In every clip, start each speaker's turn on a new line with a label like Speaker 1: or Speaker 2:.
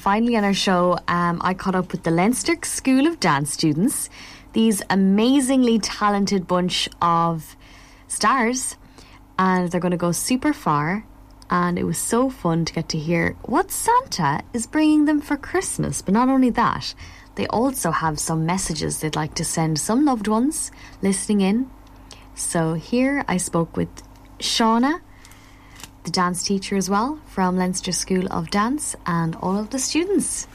Speaker 1: Finally, on our show, um, I caught up with the Leinster School of Dance students, these amazingly talented bunch of stars, and they're going to go super far. And it was so fun to get to hear what Santa is bringing them for Christmas. But not only that, they also have some messages they'd like to send some loved ones listening in. So here I spoke with Shauna the dance teacher as well from Leinster School of Dance and all of the students.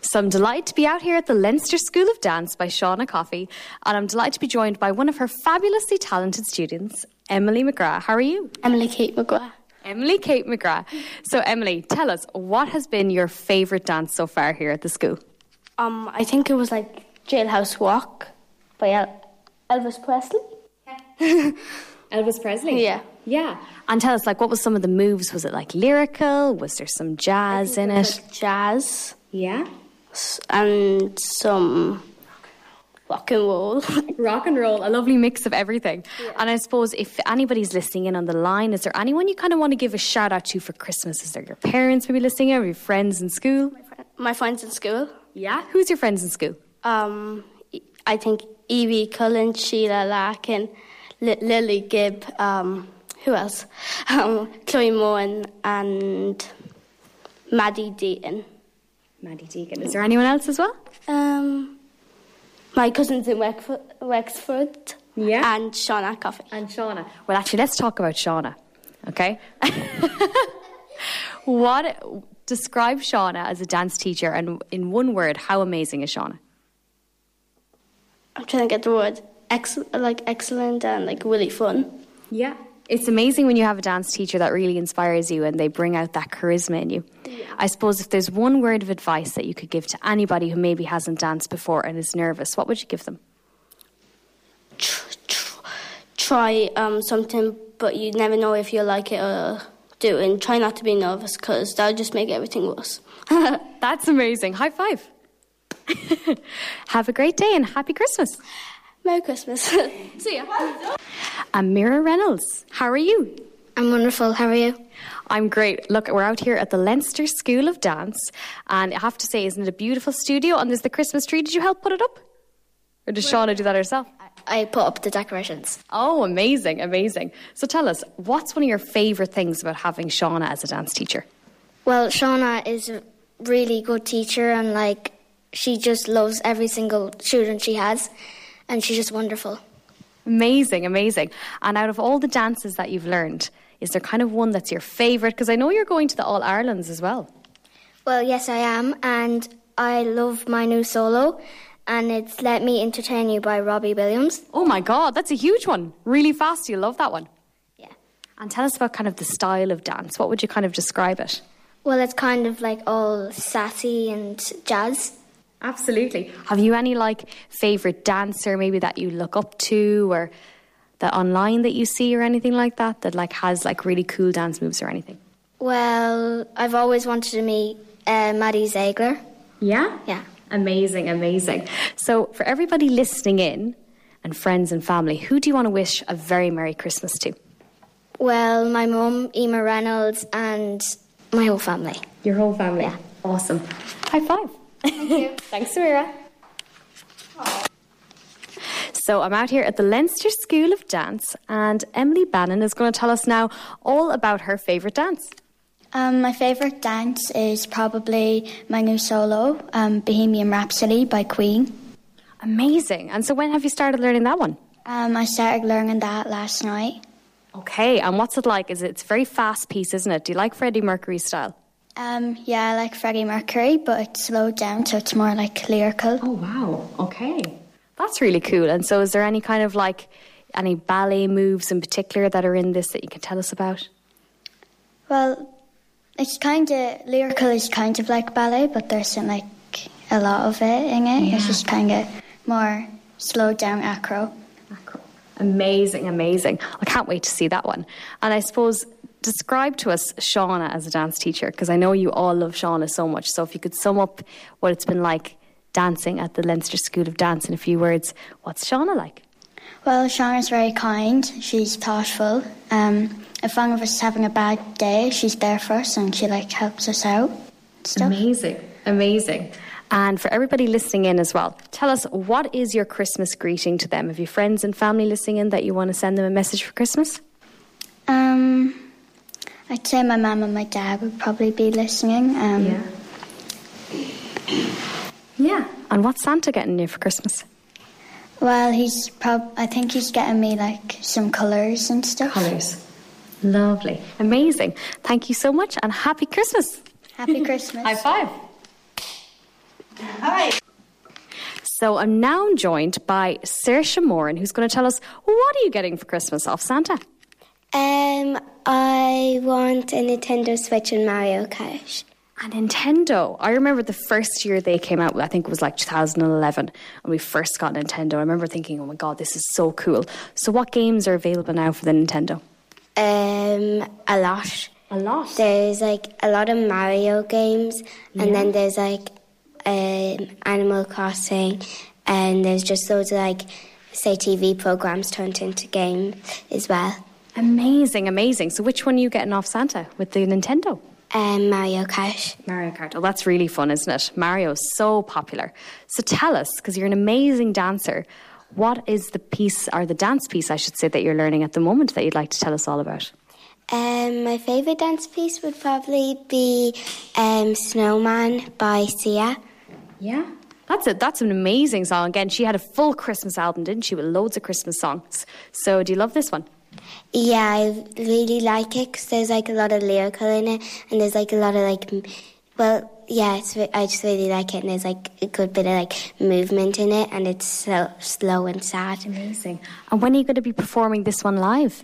Speaker 1: So I'm delighted to be out here at the Leinster School of Dance by Shauna Coffey, and I'm delighted to be joined by one of her fabulously talented students, Emily McGrath. How are you?
Speaker 2: Emily Kate McGrath.
Speaker 1: Emily Kate McGrath. So Emily, tell us what has been your favourite dance so far here at the school?
Speaker 2: Um, I think it was like Jailhouse Walk by El- Elvis Presley.
Speaker 1: Elvis Presley.
Speaker 2: Yeah.
Speaker 1: Yeah. And tell us, like, what was some of the moves? Was it like lyrical? Was there some jazz in it?
Speaker 2: Like jazz
Speaker 1: Yeah.
Speaker 2: s- and some rock and roll.
Speaker 1: Rock and roll, a lovely mix of everything. And I suppose if anybody's listening in on the line, is there anyone you kind of want to give a shout out to for Christmas? Is there your parents maybe listening in, or your friends in school?
Speaker 2: My friends in school.
Speaker 1: Yeah. Who's your friends in school?
Speaker 2: Um, E- I think Evie Cullen, Sheila Larkin, Li- Lily Gibb. Um, who else? Um, Chloe Moen and Maddie Deaton.
Speaker 1: Maddie Deegan. Is there anyone else as well?
Speaker 2: Um, my cousins in Wexford, Wexford
Speaker 1: Yeah.
Speaker 2: and Shauna Coffey.
Speaker 1: And Shauna. Well, actually, let's talk about Shauna, okay? what, describe Shauna as a dance teacher and in one word, how amazing is Shauna?
Speaker 2: I'm trying to get the word ex- like excellent and like really fun.
Speaker 1: Yeah. It's amazing when you have a dance teacher that really inspires you and they bring out that charisma in you. I suppose if there's one word of advice that you could give to anybody who maybe hasn't danced before and is nervous, what would you give them?
Speaker 2: Tr- tr- try um, something, but you never know if you'll like it or do. And try not to be nervous because that'll just make everything worse.
Speaker 1: That's amazing. High five. have a great day and happy Christmas.
Speaker 2: Merry Christmas.
Speaker 1: See ya. Amira Reynolds, how are you?
Speaker 2: I'm wonderful. How are you?
Speaker 1: I'm great. Look, we're out here at the Leinster School of Dance, and I have to say, isn't it a beautiful studio? And there's the Christmas tree. Did you help put it up? Or did Shauna do that herself?
Speaker 2: I put up the decorations.
Speaker 1: Oh, amazing, amazing. So tell us, what's one of your favourite things about having Shauna as a dance teacher?
Speaker 3: Well, Shauna is a really good teacher and like she just loves every single student she has and she's just wonderful.
Speaker 1: Amazing, amazing. And out of all the dances that you've learned, is there kind of one that's your favourite? Because I know you're going to the All Irelands as well.
Speaker 3: Well, yes, I am and I love my new solo and it's Let Me Entertain You by Robbie Williams.
Speaker 1: Oh my God, that's a huge one. Really fast. You love that one.
Speaker 3: Yeah.
Speaker 1: And tell us about kind of the style of dance. What would you kind of describe it?
Speaker 3: Well, it's kind of like all sassy and jazz.
Speaker 1: Absolutely. Have you any like favourite dancer maybe that you look up to or that online that you see or anything like that that like has like really cool dance moves or anything?
Speaker 3: Well, I've always wanted to meet uh, Maddie Ziegler.
Speaker 1: Yeah?
Speaker 3: Yeah.
Speaker 1: Amazing, amazing. So, for everybody listening in and friends and family, who do you want to wish a very Merry Christmas to?
Speaker 3: Well, my mum, Emma Reynolds, and my whole family.
Speaker 1: Your whole family. Awesome. High five. Thanks, Samira. So I'm out here at the Leinster School of Dance, and Emily Bannon is going to tell us now all about her favourite dance.
Speaker 4: Um, my favourite dance is probably my new solo, um, Bohemian Rhapsody by Queen.
Speaker 1: Amazing. And so, when have you started learning that one?
Speaker 4: Um, I started learning that last night.
Speaker 1: Okay. And what's it like? Is it, it's a very fast piece, isn't it? Do you like Freddie Mercury style?
Speaker 4: Um, yeah, I like Freddie Mercury, but it's slowed down, so it's more like lyrical.
Speaker 1: Oh wow. Okay. That's really cool. And so, is there any kind of like any ballet moves in particular that are in this that you can tell us about?
Speaker 4: Well, it's kind of lyrical is kind of like ballet, but there isn't like a lot of it in it. It's just kind of more slowed down acro.
Speaker 1: Amazing, amazing. I can't wait to see that one. And I suppose describe to us Shauna as a dance teacher, because I know you all love Shauna so much. So if you could sum up what it's been like dancing at the Leinster School of Dance in a few words, what's Shauna like?
Speaker 5: Well, Shauna's very kind. She's thoughtful. Um, if one of us is having a bad day, she's there for us and she like helps us out. and Stuff.
Speaker 1: Amazing, amazing. And for everybody listening in as well, tell us what is your Christmas greeting to them? Have you friends and family listening in that you want to send them a message for Christmas?
Speaker 5: Um, I'd say my mum and my dad would probably be listening. Um,
Speaker 1: Yeah. And what's Santa getting you for Christmas?
Speaker 5: Well, he's prob. I think he's getting me like some colours and stuff.
Speaker 1: Colours. Lovely. Amazing. Thank you so much and happy Christmas.
Speaker 5: Happy Christmas.
Speaker 1: five.
Speaker 6: Hi.
Speaker 1: So I'm now joined by Saoirse Moran, who's going to tell us what are you getting for Christmas off Santa?
Speaker 7: Um, I want a Nintendo Switch and Mario Kart.
Speaker 1: A Nintendo. I remember the first year they came out, I think it was like 2011, and we first got Nintendo. I remember thinking, oh my God, this is so cool. So, what games are available now for the Nintendo?
Speaker 7: Um, a lot.
Speaker 1: A lot.
Speaker 7: There's like a lot of Mario games, and then there's like um, Animal Crossing, and there's just loads of like, say, TV programs turned into games as well.
Speaker 1: Amazing, amazing. So, which one are you getting off Santa with the Nintendo?
Speaker 7: Um, Mario Kart.
Speaker 1: Mario Kart. Oh, that's really fun, isn't it? Mario's so popular. So tell us, because you're an amazing dancer, what is the piece, or the dance piece, I should say, that you're learning at the moment that you'd like to tell us all about?
Speaker 7: Um, my favorite dance piece would probably be um, Snowman by Sia.
Speaker 1: Yeah. That's it. That's an amazing song. Again, she had a full Christmas album, didn't she, with loads of Christmas songs. So do you love this one?
Speaker 7: Yeah, I really like it because there's like a lot of lyrical in it, and there's like a lot of like, m- well, yeah, it's, re- I just really like it, and there's like a good bit of like movement in it, and it's so slow and sad.
Speaker 1: Amazing. And when are you going to be performing this one live?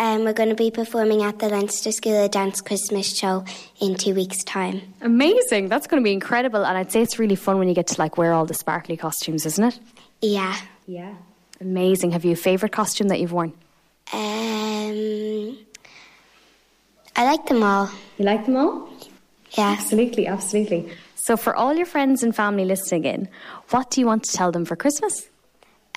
Speaker 7: Um, we're going to be performing at the Leinster School of Dance Christmas show in two weeks' time.
Speaker 1: Amazing. That's going to be incredible. And I'd say it's really fun when you get to like wear all the sparkly costumes, isn't it?
Speaker 7: Yeah.
Speaker 1: Yeah. Amazing. Have you a favourite costume that you've worn?
Speaker 7: Um, I like them all.
Speaker 1: You like them all?
Speaker 7: Yeah.
Speaker 1: Absolutely, absolutely. So, for all your friends and family listening in, what do you want to tell them for Christmas?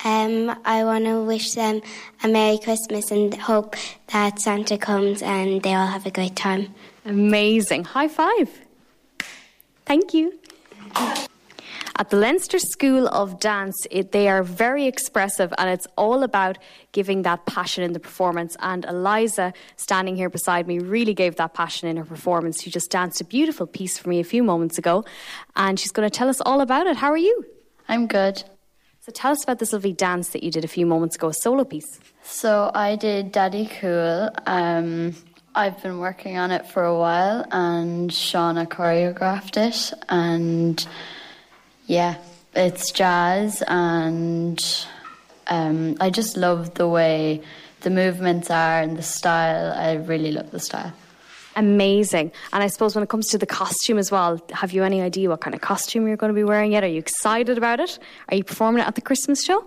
Speaker 7: Um, I want to wish them a Merry Christmas and hope that Santa comes and they all have a great time.
Speaker 1: Amazing. High five. Thank you. At the Leinster School of Dance, it, they are very expressive and it's all about giving that passion in the performance. And Eliza, standing here beside me, really gave that passion in her performance. She just danced a beautiful piece for me a few moments ago and she's going to tell us all about it. How are you?
Speaker 8: I'm good.
Speaker 1: So tell us about this lovely dance that you did a few moments ago, a solo piece.
Speaker 8: So I did Daddy Cool. Um, I've been working on it for a while, and Shauna choreographed it. And yeah, it's jazz, and um, I just love the way the movements are and the style. I really love the style.
Speaker 1: Amazing. And I suppose when it comes to the costume as well, have you any idea what kind of costume you're going to be wearing yet? Are you excited about it? Are you performing it at the Christmas show?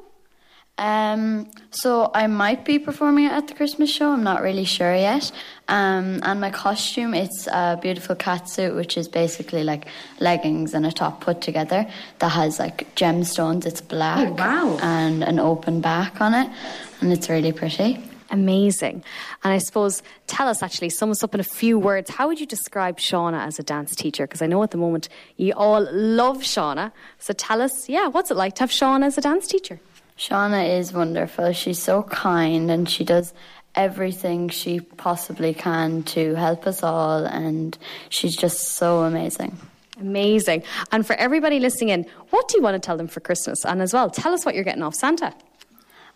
Speaker 8: Um, so I might be performing it at the Christmas show. I'm not really sure yet. Um, and my costume, it's a beautiful catsuit, which is basically like leggings and a top put together that has like gemstones. It's black.
Speaker 1: Oh, wow.
Speaker 8: And an open back on it, and it's really pretty.
Speaker 1: Amazing. And I suppose tell us actually, sum us up in a few words. How would you describe Shauna as a dance teacher? Because I know at the moment you all love Shauna. So tell us, yeah, what's it like to have Shauna as a dance teacher?
Speaker 8: Shauna is wonderful. She's so kind and she does everything she possibly can to help us all, and she's just so amazing.
Speaker 1: Amazing. And for everybody listening in, what do you want to tell them for Christmas? And as well, tell us what you're getting off Santa.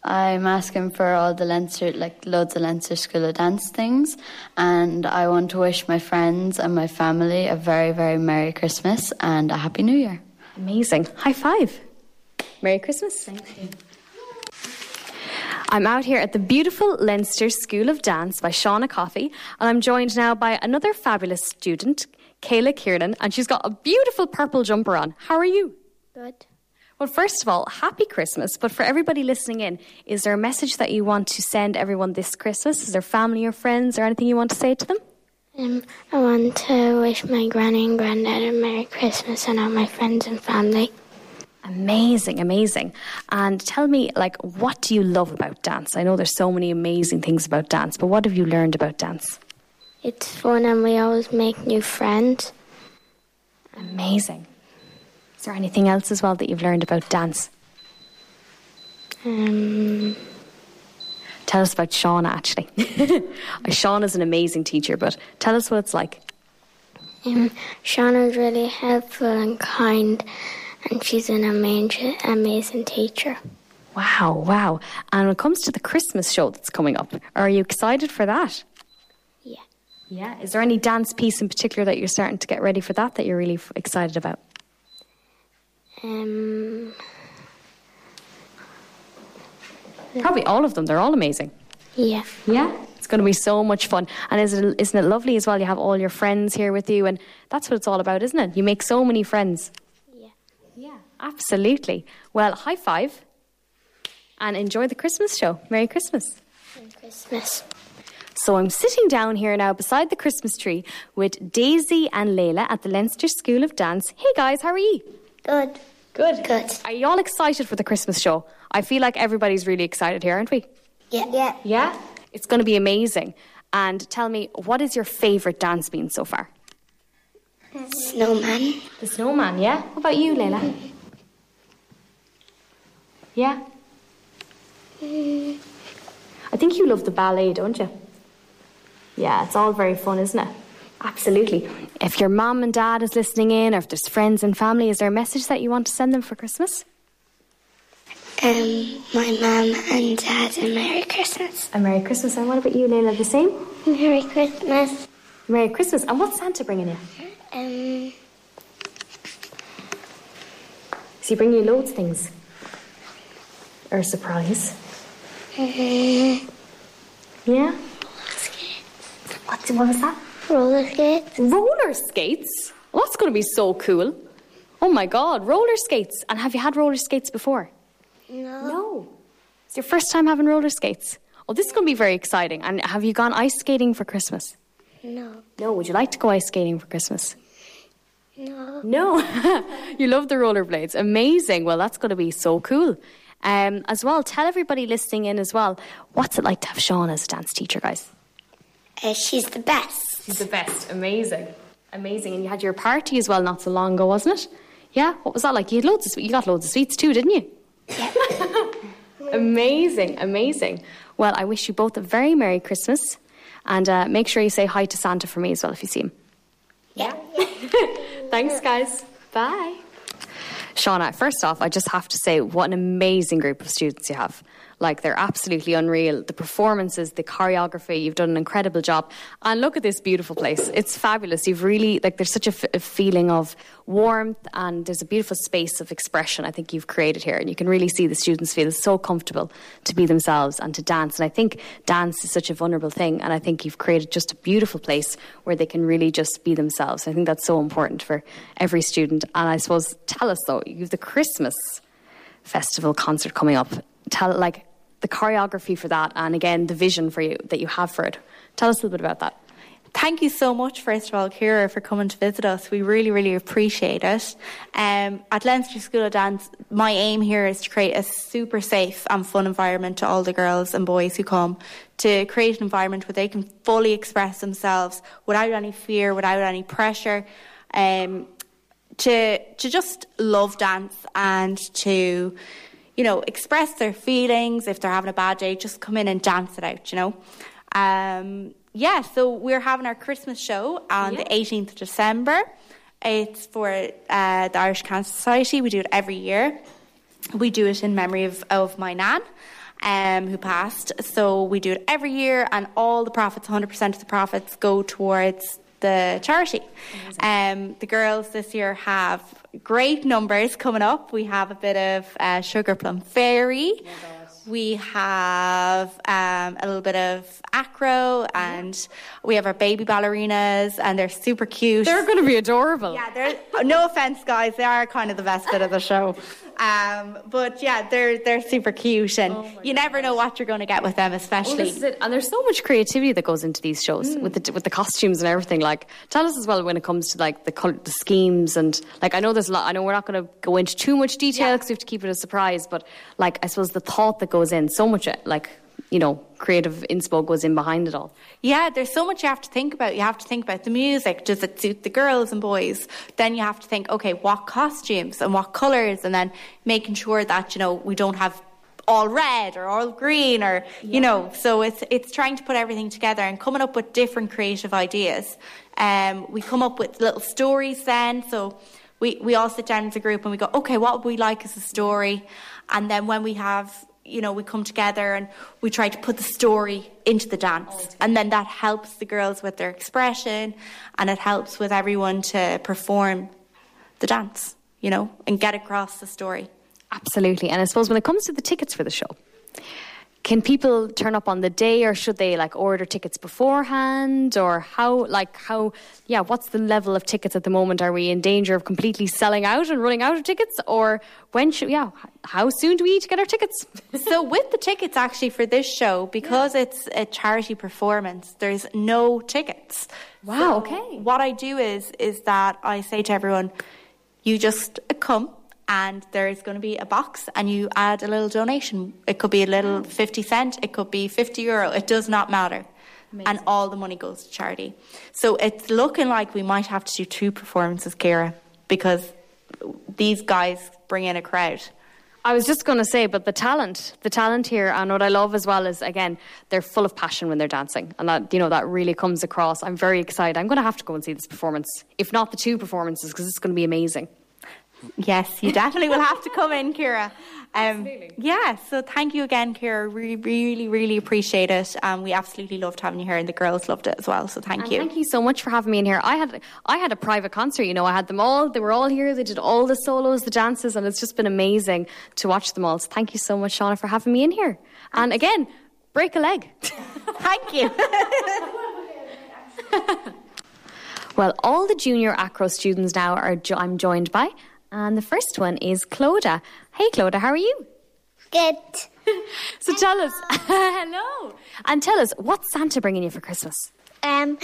Speaker 8: I'm asking for all the Leinster, like loads of Leinster School of Dance things, and I want to wish my friends and my family a very, very Merry Christmas and a Happy New Year.
Speaker 1: Amazing. High five. Merry Christmas. Thank you. I'm out here at the beautiful Leinster School of Dance by Shauna Coffey, and I'm joined now by another fabulous student, Kayla Kiernan, and she's got a beautiful purple jumper on. How are you?
Speaker 7: Good.
Speaker 1: Well, first of all, happy Christmas. But for everybody listening in, is there a message that you want to send everyone this Christmas? Is there family or friends or anything you want to say to them?
Speaker 9: Um, I want to wish my granny and granddad a Merry Christmas and all my friends and family.
Speaker 1: Amazing, amazing. And tell me, like, what do you love about dance? I know there's so many amazing things about dance, but what have you learned about dance?
Speaker 9: It's fun and we always make new friends.
Speaker 1: Amazing. Is there anything else as well that you've learned about dance?
Speaker 9: Um,
Speaker 1: Tell us about Shauna, actually. Shauna's an amazing teacher, but tell us what it's like.
Speaker 9: um, Shauna's really helpful and kind, and she's an amazing, amazing teacher.
Speaker 1: Wow, wow. And when it comes to the Christmas show that's coming up, are you excited for that?
Speaker 9: Yeah.
Speaker 1: Yeah. Is there any dance piece in particular that you're starting to get ready for that that you're really f- excited about?
Speaker 9: Um,
Speaker 1: Probably all of them. They're all amazing.
Speaker 9: yeah.
Speaker 1: Yeah. It's going to be so much fun. And is it, isn't it lovely as well? You have all your friends here with you, and that's what it's all about, isn't it? You make so many friends.
Speaker 9: Yeah.
Speaker 1: Yeah. Absolutely. Well, high five and enjoy the Christmas show. Merry Christmas.
Speaker 9: Christmas.
Speaker 1: So I'm sitting down here now beside the Christmas tree with Daisy and Layla at the Leinster School of Dance. Hey guys, how are you?
Speaker 5: Good.
Speaker 1: Good.
Speaker 5: Good.
Speaker 1: Are you all excited for the Christmas show? I feel like everybody's really excited here, aren't we?
Speaker 5: Yeah. Yeah.
Speaker 1: Yeah. It's going to be amazing. And tell me, what is your favourite dance been so far?
Speaker 5: Snowman.
Speaker 1: The snowman, yeah? What about you, Layla? Yeah? I think you love the ballet, don't you? Yeah, it's all very fun, isn't it? Absolutely. If your mum and dad is listening in, or if there's friends and family, is there a message that you want to send them for Christmas?
Speaker 5: Um, my mum and dad, and Merry Christmas.
Speaker 1: A Merry Christmas, and what about you, Layla? The same?
Speaker 5: Merry Christmas.
Speaker 1: Merry Christmas, and what's Santa bringing you?
Speaker 5: Um,
Speaker 1: Is he bringing you loads of things? Or a surprise? Yeah? What, what was that?
Speaker 5: roller skate.
Speaker 1: Roller skates? Well, that's going to be so cool. Oh my God, roller skates. And have you had roller skates before? No. No. It's your first time having roller skates. Oh, this is going to be very exciting. And have you gone ice skating for Christmas?
Speaker 5: No.
Speaker 1: No. Would you like to go ice skating for Christmas?
Speaker 5: No.
Speaker 1: No. you love the rollerblades. Amazing. Well, that's going to be so cool. Um, as well, tell everybody listening in as well, what's it like to have Sean as a dance teacher, guys?
Speaker 5: Uh, she's the best.
Speaker 1: She's the best. Amazing. Amazing. And you had your party as well not so long ago, wasn't it? Yeah. What was that like? You had loads of swe- you got loads of sweets too, didn't you? amazing, amazing. Well, I wish you both a very Merry Christmas. And uh, make sure you say hi to Santa for me as well if you see him. Yeah. Thanks, guys. Bye. Shauna, first off, I just have to say what an amazing group of students you have. Like, they're absolutely unreal. The performances, the choreography, you've done an incredible job. And look at this beautiful place. It's fabulous. You've really, like, there's such a, f- a feeling of warmth and there's a beautiful space of expression I think you've created here. And you can really see the students feel so comfortable to be themselves and to dance. And I think dance is such a vulnerable thing. And I think you've created just a beautiful place where they can really just be themselves. I think that's so important for every student. And I suppose, tell us though, you've the Christmas festival concert coming up. Tell, like, the choreography for that and again, the vision for you that you have for it. Tell us a little bit about that.
Speaker 6: Thank you so much, first of all, Kira, for coming to visit us. We really, really appreciate it. Um, at Leinster School of Dance, my aim here is to create a super safe and fun environment to all the girls and boys who come, to create an environment where they can fully express themselves without any fear, without any pressure, um, to to just love dance and to, you know, express their feelings. If they're having a bad day, just come in and dance it out. You know. Um, yeah, so we're having our Christmas show on the 18th of December. It's for uh, the Irish Cancer Society. We do it every year. We do it in memory of, of my nan, um, who passed. So we do it every year, and all the profits, 100% of the profits, go towards the charity. Um, the girls this year have great numbers coming up. We have a bit of uh, Sugar Plum Fairy. We have um, a little bit of acro, and we have our baby ballerinas, and they're super cute.
Speaker 1: They're going to be adorable.
Speaker 6: Yeah, they're, no offense, guys, they are kind of the best bit of the show. Um, but yeah, they're they're super cute, and you never know what you're going to get with them, especially.
Speaker 1: Oh This is it. And there's so much creativity that goes into these shows with the with the costumes and everything. Like, tell us as well when it comes to like the color, the schemes, and like I know there's a lot. I know we're not going to go into too much detail because we have to keep it a surprise. But like, I suppose the thought that goes in, so much uh, like you know, creative inspo goes in behind it all.
Speaker 6: Yeah, there's so much you have to think about. You have to think about the music. Does it suit the girls and boys? Then you have to think, okay, what costumes and what colours, and then making sure that you know we don't have all red or all green or you know. So it's it's trying to put everything together and coming up with different creative ideas. Um, we come up with little stories then. So we we all sit down as a group and we go, okay, what would we like as a story? And then when we have you know, we come together and we try to put the story into the dance. And then that helps the girls with their expression and it helps with everyone to perform the dance, you know, and get across the story.
Speaker 1: Absolutely. And I suppose when it comes to the tickets for the show, can people turn up on the day or should they like order tickets beforehand or how like how yeah what's the level of tickets at the moment are we in danger of completely selling out and running out of tickets or when should yeah how soon do we need to get our tickets
Speaker 6: so with the tickets actually for this show because it's a charity performance there's no tickets wow okay what i do is is that i say to everyone you just come and there is going to be a box and you add a little donation it could be a little 50 cent it could be 50 euro it does not matter and all the money goes to charity so it's looking like we might have to do two performances kira because these guys bring in a crowd
Speaker 1: I was just going to say, but the talent, the talent here, and what I love as well is, again, they're full of passion when they're dancing, and that you know that really comes across. I'm very excited. I'm going to have to go and see this performance, if not the two performances, because it's going to be amazing.
Speaker 6: Yes, you definitely will have to come in, Kira. Um, yeah, so thank you again, Kira. We really, really appreciate it. Um, we absolutely loved having you here, and the girls loved it as well. So thank you.
Speaker 1: Thank you so much for having me in here. I had I had a private concert. You know, I had them all. They were all here. They did all the solos, the dances, and it's just been amazing to watch them all. So thank you so much, Shauna, for having me in here. And again, break a leg.
Speaker 6: Thank you.
Speaker 1: Well, all the junior acro students now are jo- I'm joined by, and the first one is Cloda. Hey, Cloda, how are you?
Speaker 5: Good.
Speaker 1: So tell us, hello, and tell us what's Santa bringing you for Christmas?
Speaker 5: Um,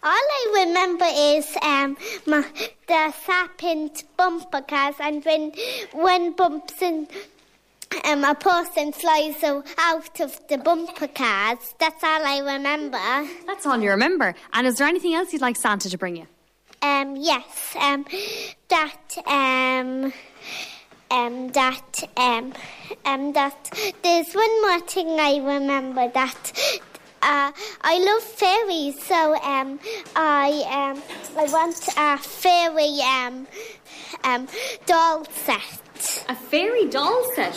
Speaker 5: all I remember is um my, the serpent bumper cars, and when one bumps in. Um, a person flies o- out of the bumper cars. That's all I remember.
Speaker 1: That's all you remember. And is there anything else you'd like Santa to bring you?
Speaker 5: Um, yes, um, that, um, um, that, um, um, that. There's one more thing I remember that. Uh, I love fairies, so um, I um, I want a fairy um, um, doll set.
Speaker 1: A fairy doll set.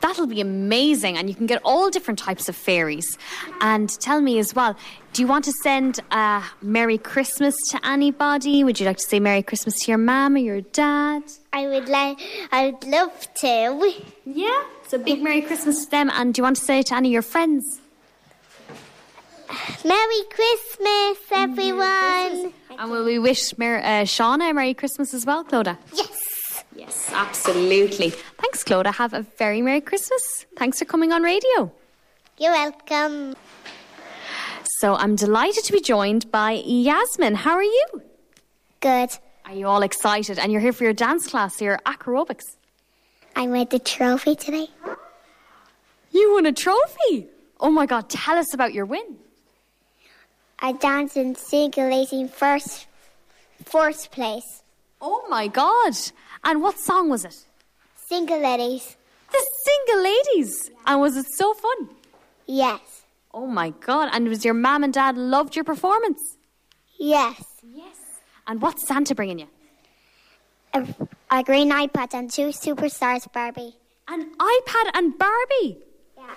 Speaker 1: That'll be amazing, and you can get all different types of fairies. And tell me as well, do you want to send a Merry Christmas to anybody? Would you like to say Merry Christmas to your mum or your dad?
Speaker 5: I would like, I would love to.
Speaker 1: Yeah. So big Merry Christmas to them, and do you want to say it to any of your friends?
Speaker 5: Merry Christmas, everyone.
Speaker 1: And will we wish Mer- uh, Shauna a Merry Christmas as well, Clodagh?
Speaker 5: Yes.
Speaker 1: Yes, absolutely. Thanks, Clodagh. Have a very Merry Christmas. Thanks for coming on radio.
Speaker 5: You're welcome.
Speaker 1: So I'm delighted to be joined by Yasmin. How are you?
Speaker 5: Good.
Speaker 1: Are you all excited? And you're here for your dance class, your acrobics.
Speaker 5: I made the trophy today.
Speaker 1: You won a trophy. Oh my God, tell us about your win.
Speaker 5: I danced in single lacing first, fourth place.
Speaker 1: Oh my God. And what song was it?
Speaker 5: Single ladies.
Speaker 1: The Single Ladies. And was it so fun?
Speaker 5: Yes.
Speaker 1: Oh my God. And was your mum and dad loved your performance?
Speaker 5: Yes.
Speaker 1: And what's Santa bringing you?
Speaker 5: A, a green iPad and two superstars Barbie.
Speaker 1: An iPad and Barbie.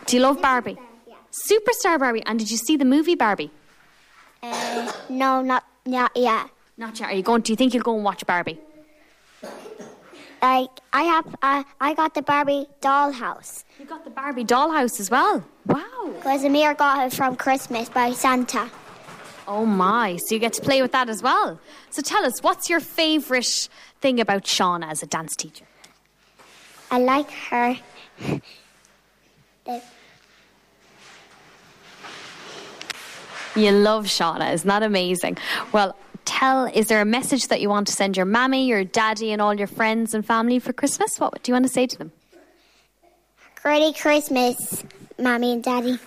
Speaker 1: Do you love Barbie? Superstar Barbie. And did you see the movie Barbie?
Speaker 5: Uh, no, not not yet.
Speaker 1: Not yet. Are you going? Do you think you'll go and watch Barbie?
Speaker 5: Like I have, uh, I got the Barbie dollhouse
Speaker 1: You got the Barbie dollhouse as well. Wow.
Speaker 5: because Amir got it from Christmas by Santa.
Speaker 1: Oh my. So you get to play with that as well. So tell us, what's your favourite thing about Shauna as a dance teacher?
Speaker 5: I like her. The-
Speaker 1: You love Shauna. Isn't that amazing? Well, tell, is there a message that you want to send your mammy, your daddy, and all your friends and family for Christmas? What do you want to say to them?
Speaker 5: Merry Christmas, Mommy and Daddy.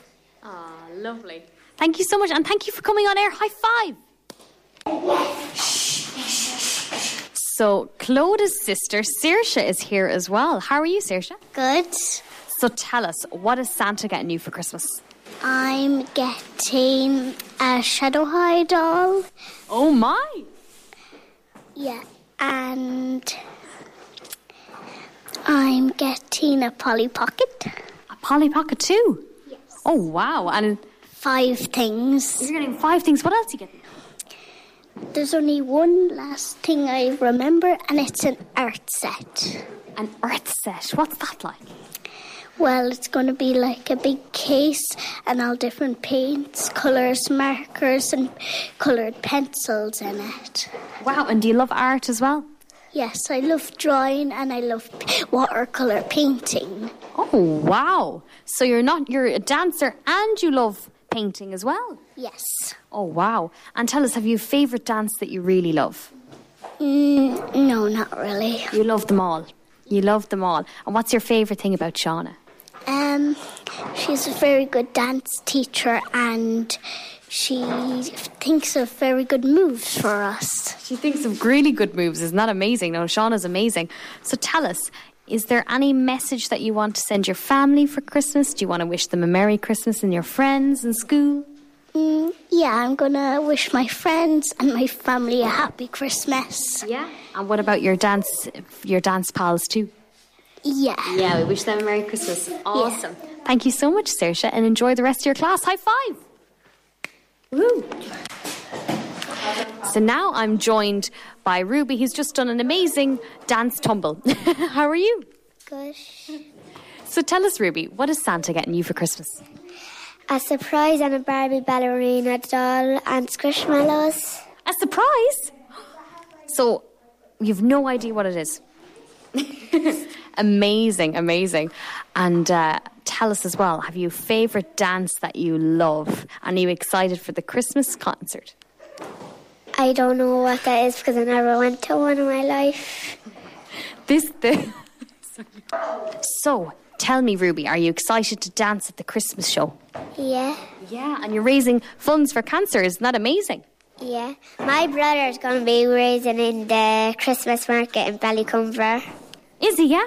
Speaker 1: Ah, lovely. Thank you so much, and thank you for coming on air. High five. So, Clodagh's sister, Saoirse, is here as well. How are you, Saoirse?
Speaker 5: Good.
Speaker 1: So, tell us, what is Santa getting you for Christmas?
Speaker 5: I'm getting a Shadow High doll.
Speaker 1: Oh, my.
Speaker 5: Yeah. And I'm getting a Polly Pocket.
Speaker 1: A Polly Pocket, too. Yes. Oh, wow. And
Speaker 5: Five things.
Speaker 1: you're getting five things. What else are you getting?
Speaker 5: There's only one last thing I remember, and it's an art set.
Speaker 1: An earth set. What's that like?
Speaker 5: Well, it's going to be like a big case and all different paints, colours, markers, and coloured pencils in it.
Speaker 1: Wow, and do you love art as well?
Speaker 5: Yes, I love drawing and I love p- watercolour painting.
Speaker 1: Oh, wow. So you're not you're a dancer and you love painting as well.
Speaker 5: Yes.
Speaker 1: Oh, wow. And tell us have you a favorite dance that you really love?
Speaker 5: Mm, no, not really.
Speaker 1: You love them all. You love them all. And what's your favorite thing about Shauna?
Speaker 5: Um, she's a very good dance teacher and she thinks of very good moves for us.
Speaker 1: She thinks of really good moves. Isn't that amazing? No, Shauna's amazing. So tell us, is there any message that you want to send your family for Christmas? Do you want to wish them a Merry Christmas and your friends and school?
Speaker 5: Mm, yeah, I'm gonna wish my friends and my family a happy Christmas.
Speaker 1: Yeah. And what about your dance your dance pals too?
Speaker 5: Yeah.
Speaker 1: Yeah, we wish them a Merry Christmas. Awesome. Thank you so much, Saoirse, and enjoy the rest of your class. High five! Woo! So now I'm joined by Ruby, who's just done an amazing dance tumble. How are you?
Speaker 5: Good.
Speaker 1: So tell us, Ruby, what is Santa getting you for Christmas?
Speaker 5: A surprise and a Barbie ballerina doll and squishmallows.
Speaker 1: A surprise? So you've no idea what it is. amazing, amazing. And uh, tell us as well have you a favourite dance that you love? And are you excited for the Christmas concert?
Speaker 5: I don't know what that is because I never went to one in my life.
Speaker 1: This, this. so tell me, Ruby, are you excited to dance at the Christmas show?
Speaker 5: Yeah,
Speaker 1: Yeah, and you're raising funds for cancer. Isn't that amazing?
Speaker 5: yeah. My brother's going to be raising in the Christmas market in Ballycumber.
Speaker 1: Is he, yeah?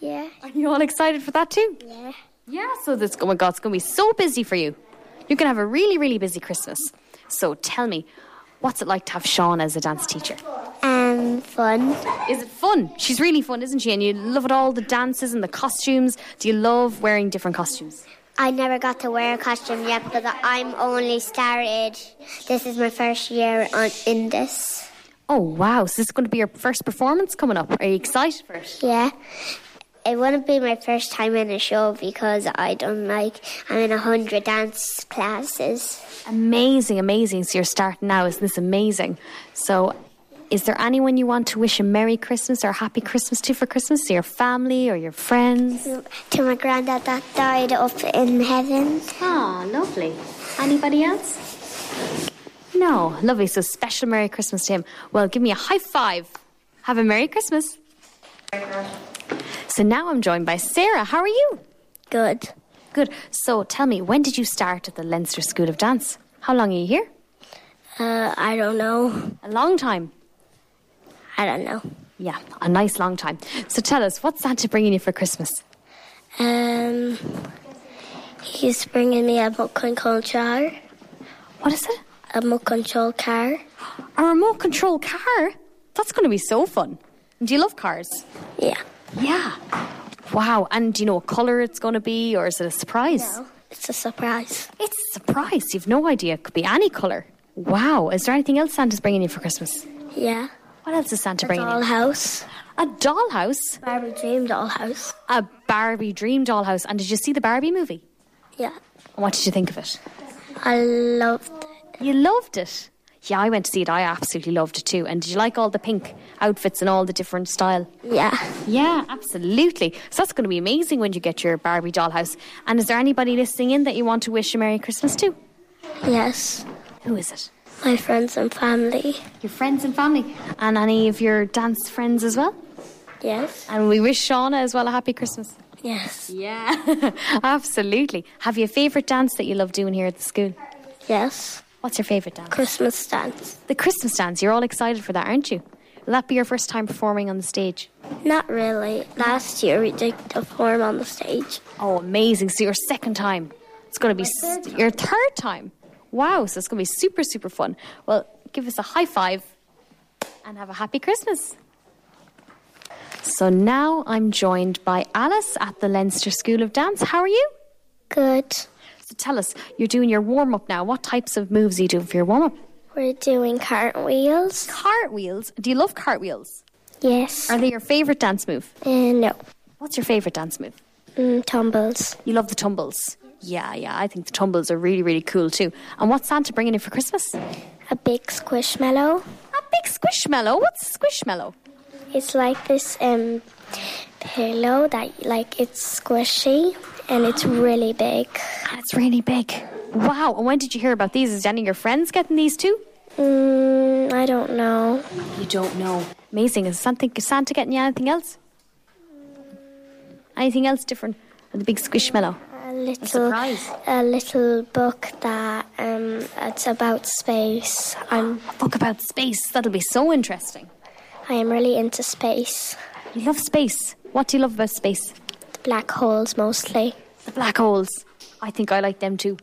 Speaker 5: Yeah.
Speaker 1: Are you all excited for that too?
Speaker 5: Yeah.
Speaker 1: Yeah, so this oh my god, it's gonna be so busy for you. You're gonna have a really, really busy Christmas. So tell me, what's it like to have Sean as a dance teacher?
Speaker 5: Um, fun.
Speaker 1: Is it fun? She's really fun, isn't she? And you love it all the dances and the costumes. Do you love wearing different costumes?
Speaker 5: I never got to wear a costume yet because I'm only started. This is my first year on, in this.
Speaker 1: Oh wow, so this is gonna be your first performance coming up. Are you excited for it?
Speaker 5: Yeah. It wouldn't be my first time in a show because I don't like, I'm in a hundred dance classes.
Speaker 1: Amazing, amazing. So you're starting now, isn't this amazing? So is there anyone you want to wish a Merry Christmas or a Happy Christmas to for Christmas? To your family or your friends?
Speaker 5: To my granddad that died up in heaven.
Speaker 1: Ah, lovely. Anybody else? No, lovely. So special Merry Christmas to him. Well, give me a high five. Have a Merry Christmas. So now I'm joined by Sarah. How are you?
Speaker 5: Good.
Speaker 1: Good. So tell me, when did you start at the Leinster School of Dance? How long are you here?
Speaker 5: Uh, I don't know.
Speaker 1: A long time.
Speaker 5: I don't know.
Speaker 1: Yeah, a nice long time. So tell us, what's Santa bringing you for Christmas?
Speaker 5: Um, he's bringing me a remote control car.
Speaker 1: What is it?
Speaker 5: A remote control car.
Speaker 1: A remote control car? That's going to be so fun. Do you love cars?
Speaker 5: Yeah.
Speaker 1: Yeah. Wow. And do you know what colour it's going to be, or is it a surprise?
Speaker 5: It's a surprise.
Speaker 1: It's a surprise. You've no idea. It could be any colour. Wow. Is there anything else Santa's bringing you for Christmas?
Speaker 5: Yeah.
Speaker 1: What else is Santa bringing you?
Speaker 5: Dollhouse.
Speaker 1: A dollhouse,
Speaker 5: Barbie Dream dollhouse.
Speaker 1: a Barbie dream dollhouse. And did you see the Barbie movie?
Speaker 5: Yeah.
Speaker 1: What did you think of it?
Speaker 5: I loved
Speaker 1: You loved it. Yeah, I went to see it. I absolutely loved it too. And did you like all the pink outfits and all the different style?
Speaker 9: Yeah.
Speaker 1: Yeah, absolutely. So that's going to be amazing when you get your Barbie dollhouse. And is there anybody listening in that you want to wish a Merry Christmas to?
Speaker 9: Yes.
Speaker 1: Who is it?
Speaker 9: My friends and family.
Speaker 1: Your friends and family, and any of your dance friends as well.
Speaker 9: Yes.
Speaker 1: And we wish Shauna as well a happy Christmas.
Speaker 9: Yes.
Speaker 1: Yeah, absolutely. Have you a favourite dance that you love doing here at the school?
Speaker 9: Yes.
Speaker 1: What's your favourite dance?
Speaker 9: Christmas dance.
Speaker 1: The Christmas dance. You're all excited for that, aren't you? Will that be your first time performing on the stage?
Speaker 9: Not really. Last year we did a form on the stage.
Speaker 1: Oh, amazing. So, your second time. It's going to be s your third time. Wow. So, it's going to be super, super fun. Well, give us a high five and have a happy Christmas. So, now I'm joined by Alice at the Leinster School of Dance. How are you?
Speaker 9: Good.
Speaker 1: So, tell us, you're doing your warm up now. What types of moves are you doing for your warm up?
Speaker 9: We're doing cartwheels.
Speaker 1: Cartwheels. Do you love cartwheels?
Speaker 9: Yes.
Speaker 1: Are they your favourite dance move?
Speaker 9: And no.
Speaker 1: What's your favourite dance move?
Speaker 9: Mm, tumbles.
Speaker 1: You love the tumbles. Yeah, yeah, I think the tumbles are really, really cool too. And what's Santa bringing in for Christmas? A
Speaker 9: A big squishmallow.
Speaker 1: big squishmallow. What's a squishmallow?
Speaker 9: It's like this um pillow that like it's squishy and it's really big.
Speaker 1: And it's really big. Wow, and when did you hear about these? Is any of your friends getting these too?
Speaker 9: Mm, I don't know.
Speaker 1: You don't know. Amazing. Is Santa, is Santa getting you anything else? Anything else different? than The big squishmallow.
Speaker 9: A little a,
Speaker 1: surprise.
Speaker 9: little book that um it's about space. I'm
Speaker 1: A book about space. That'll be so interesting.
Speaker 9: I am really into space.
Speaker 1: You love space. What do you love about space?
Speaker 9: The black holes mostly.
Speaker 1: The black holes. I think I like them too.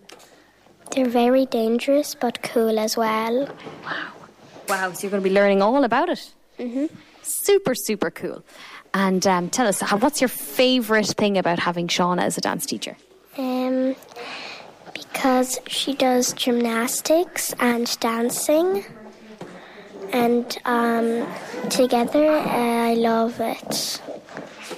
Speaker 9: They're very dangerous but cool as well.
Speaker 1: Wow, so you're going to be learning all about it. Mm-hmm. Super, super cool. And um, tell us, uh, what's your favourite thing about having Shauna as a dance teacher?
Speaker 9: Um because she does gymnastics and dancing and um together uh, I love it.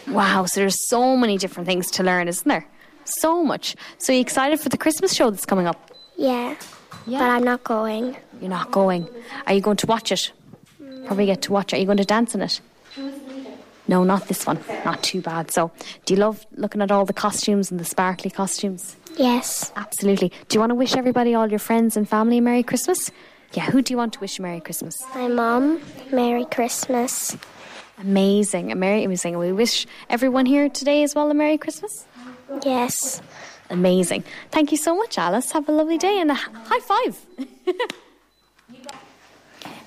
Speaker 1: Wow, so there's so many different things to learn, isn't there? So much. So you excited for the Christmas show that's coming up?
Speaker 9: Yeah. But I'm not going. Mm.
Speaker 1: You're not going. Are you going to watch it? Probably get to watch it. Are you going to dance in it? No, not this one. Not too bad. So, do you love looking at all the costumes and the sparkly costumes?
Speaker 9: Yes.
Speaker 1: Absolutely. Do you want to wish everybody, all your friends and family, a Merry Christmas? Yeah, who do you want to wish a Merry Christmas?
Speaker 9: My mom, Merry Christmas.
Speaker 1: Amazing. A Merry amazing. We wish everyone here today as well a Merry Christmas.
Speaker 9: Yes.
Speaker 1: Amazing. Thank you so much, Alice. Have a lovely day and a h- high five.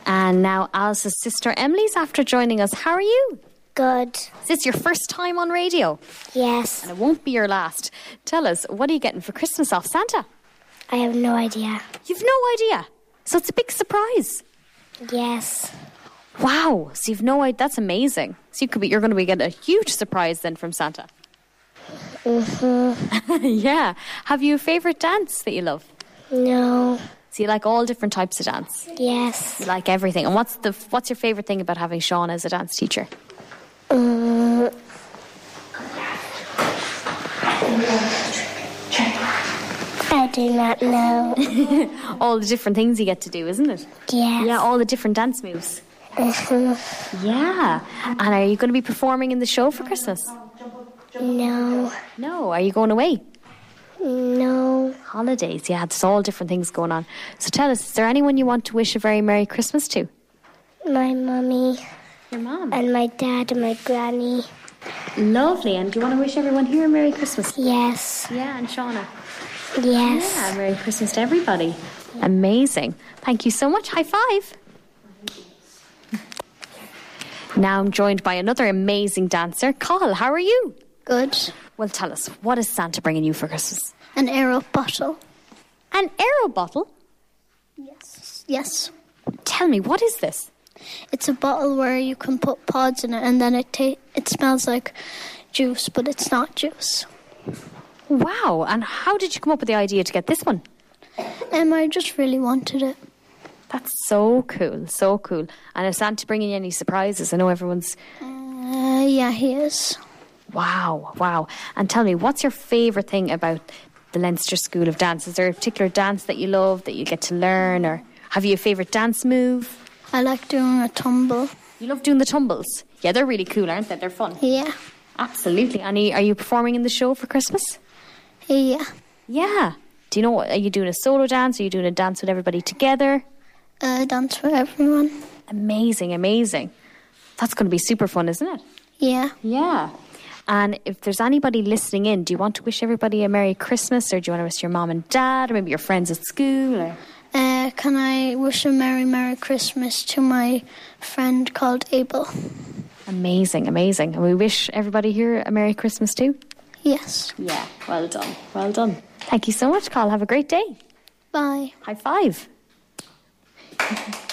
Speaker 1: and now Alice's sister Emily's after joining us. How are you?
Speaker 9: Good.
Speaker 1: Is this your first time on radio?
Speaker 9: Yes.
Speaker 1: It won't be your last. Tell us, what are you getting for Christmas off Santa?
Speaker 9: I have no idea.
Speaker 1: You've no idea. So it's a big surprise.
Speaker 9: Yes.
Speaker 1: Wow. So you've no idea. That's amazing. So you could be, you're going to be getting a huge surprise then from Santa.
Speaker 9: Mm-hmm.
Speaker 1: yeah. Have you a favorite dance that you love?
Speaker 9: No.
Speaker 1: So you like all different types of dance.
Speaker 9: Yes.
Speaker 1: You like everything. And what's the what's your favorite thing about having Sean as a dance teacher?
Speaker 9: Uh, I do not know.
Speaker 1: All the different things you get to do, isn't it?
Speaker 9: Yes.
Speaker 1: Yeah, all the different dance moves.
Speaker 9: Mhm.
Speaker 1: Yeah. And are you going to be performing in the show for Christmas?
Speaker 9: No.
Speaker 1: No. Are you going away?
Speaker 9: No.
Speaker 1: Holidays. Yeah, there's all different things going on. So tell us, is there anyone you want to wish a very Merry Christmas to?
Speaker 9: My mummy
Speaker 1: Your mom.
Speaker 9: and my dad and my granny.
Speaker 1: Lovely. And do you want to wish everyone here a Merry Christmas?
Speaker 9: Yes.
Speaker 1: Yeah, and Shauna.
Speaker 9: Yes.
Speaker 1: Yeah, Merry Christmas to everybody. Amazing. Thank you so much. High five. Now I'm joined by another amazing dancer, Carl. How are you?
Speaker 5: Good.
Speaker 1: Well, tell us, what is Santa bringing you for Christmas?
Speaker 5: An arrow bottle.
Speaker 1: An aero bottle?
Speaker 5: Yes.
Speaker 1: Tell me, what is this?
Speaker 5: It's a bottle where you can put pods in it and then it ta- it smells like juice, but it's not juice.
Speaker 1: Wow, and how did you come up with the idea to get this one?
Speaker 5: Um, I just really wanted it.
Speaker 1: That's so cool, so cool. And is Santa bringing you any surprises? I know everyone's.
Speaker 5: Uh, yeah, he is.
Speaker 1: Wow, wow. And tell me, what's your favourite thing about the Leinster School of Dance? Is there a particular dance that you love that you get to learn, or Have you a favourite dance move?
Speaker 9: I like doing a tumble.
Speaker 1: You love doing the tumbles. Yeah, they're really cool, aren't they? They're fun.
Speaker 9: Yeah.
Speaker 1: Absolutely. And are you- are you performing in the show for Christmas?
Speaker 9: Yeah.
Speaker 1: Yeah. Do you know what? Are you doing a solo dance? Are you doing a dance with everybody together?
Speaker 9: Uh, dance for everyone.
Speaker 1: Amazing, amazing. That's going to be super fun, isn't it?
Speaker 9: Yeah.
Speaker 1: Yeah. And if there's anybody listening in, do you want to wish everybody a Merry Christmas or do you want to wish your mom and dad or maybe your friends at school? Or...
Speaker 9: Uh, can I wish a Merry Merry Christmas to my friend called Abel?
Speaker 1: Amazing, amazing. And we wish everybody here a Merry Christmas too.
Speaker 9: Yes.
Speaker 1: Yeah, well done. Well done. Thank you so much, Carl. Have a great day.
Speaker 9: Bye.
Speaker 1: High five.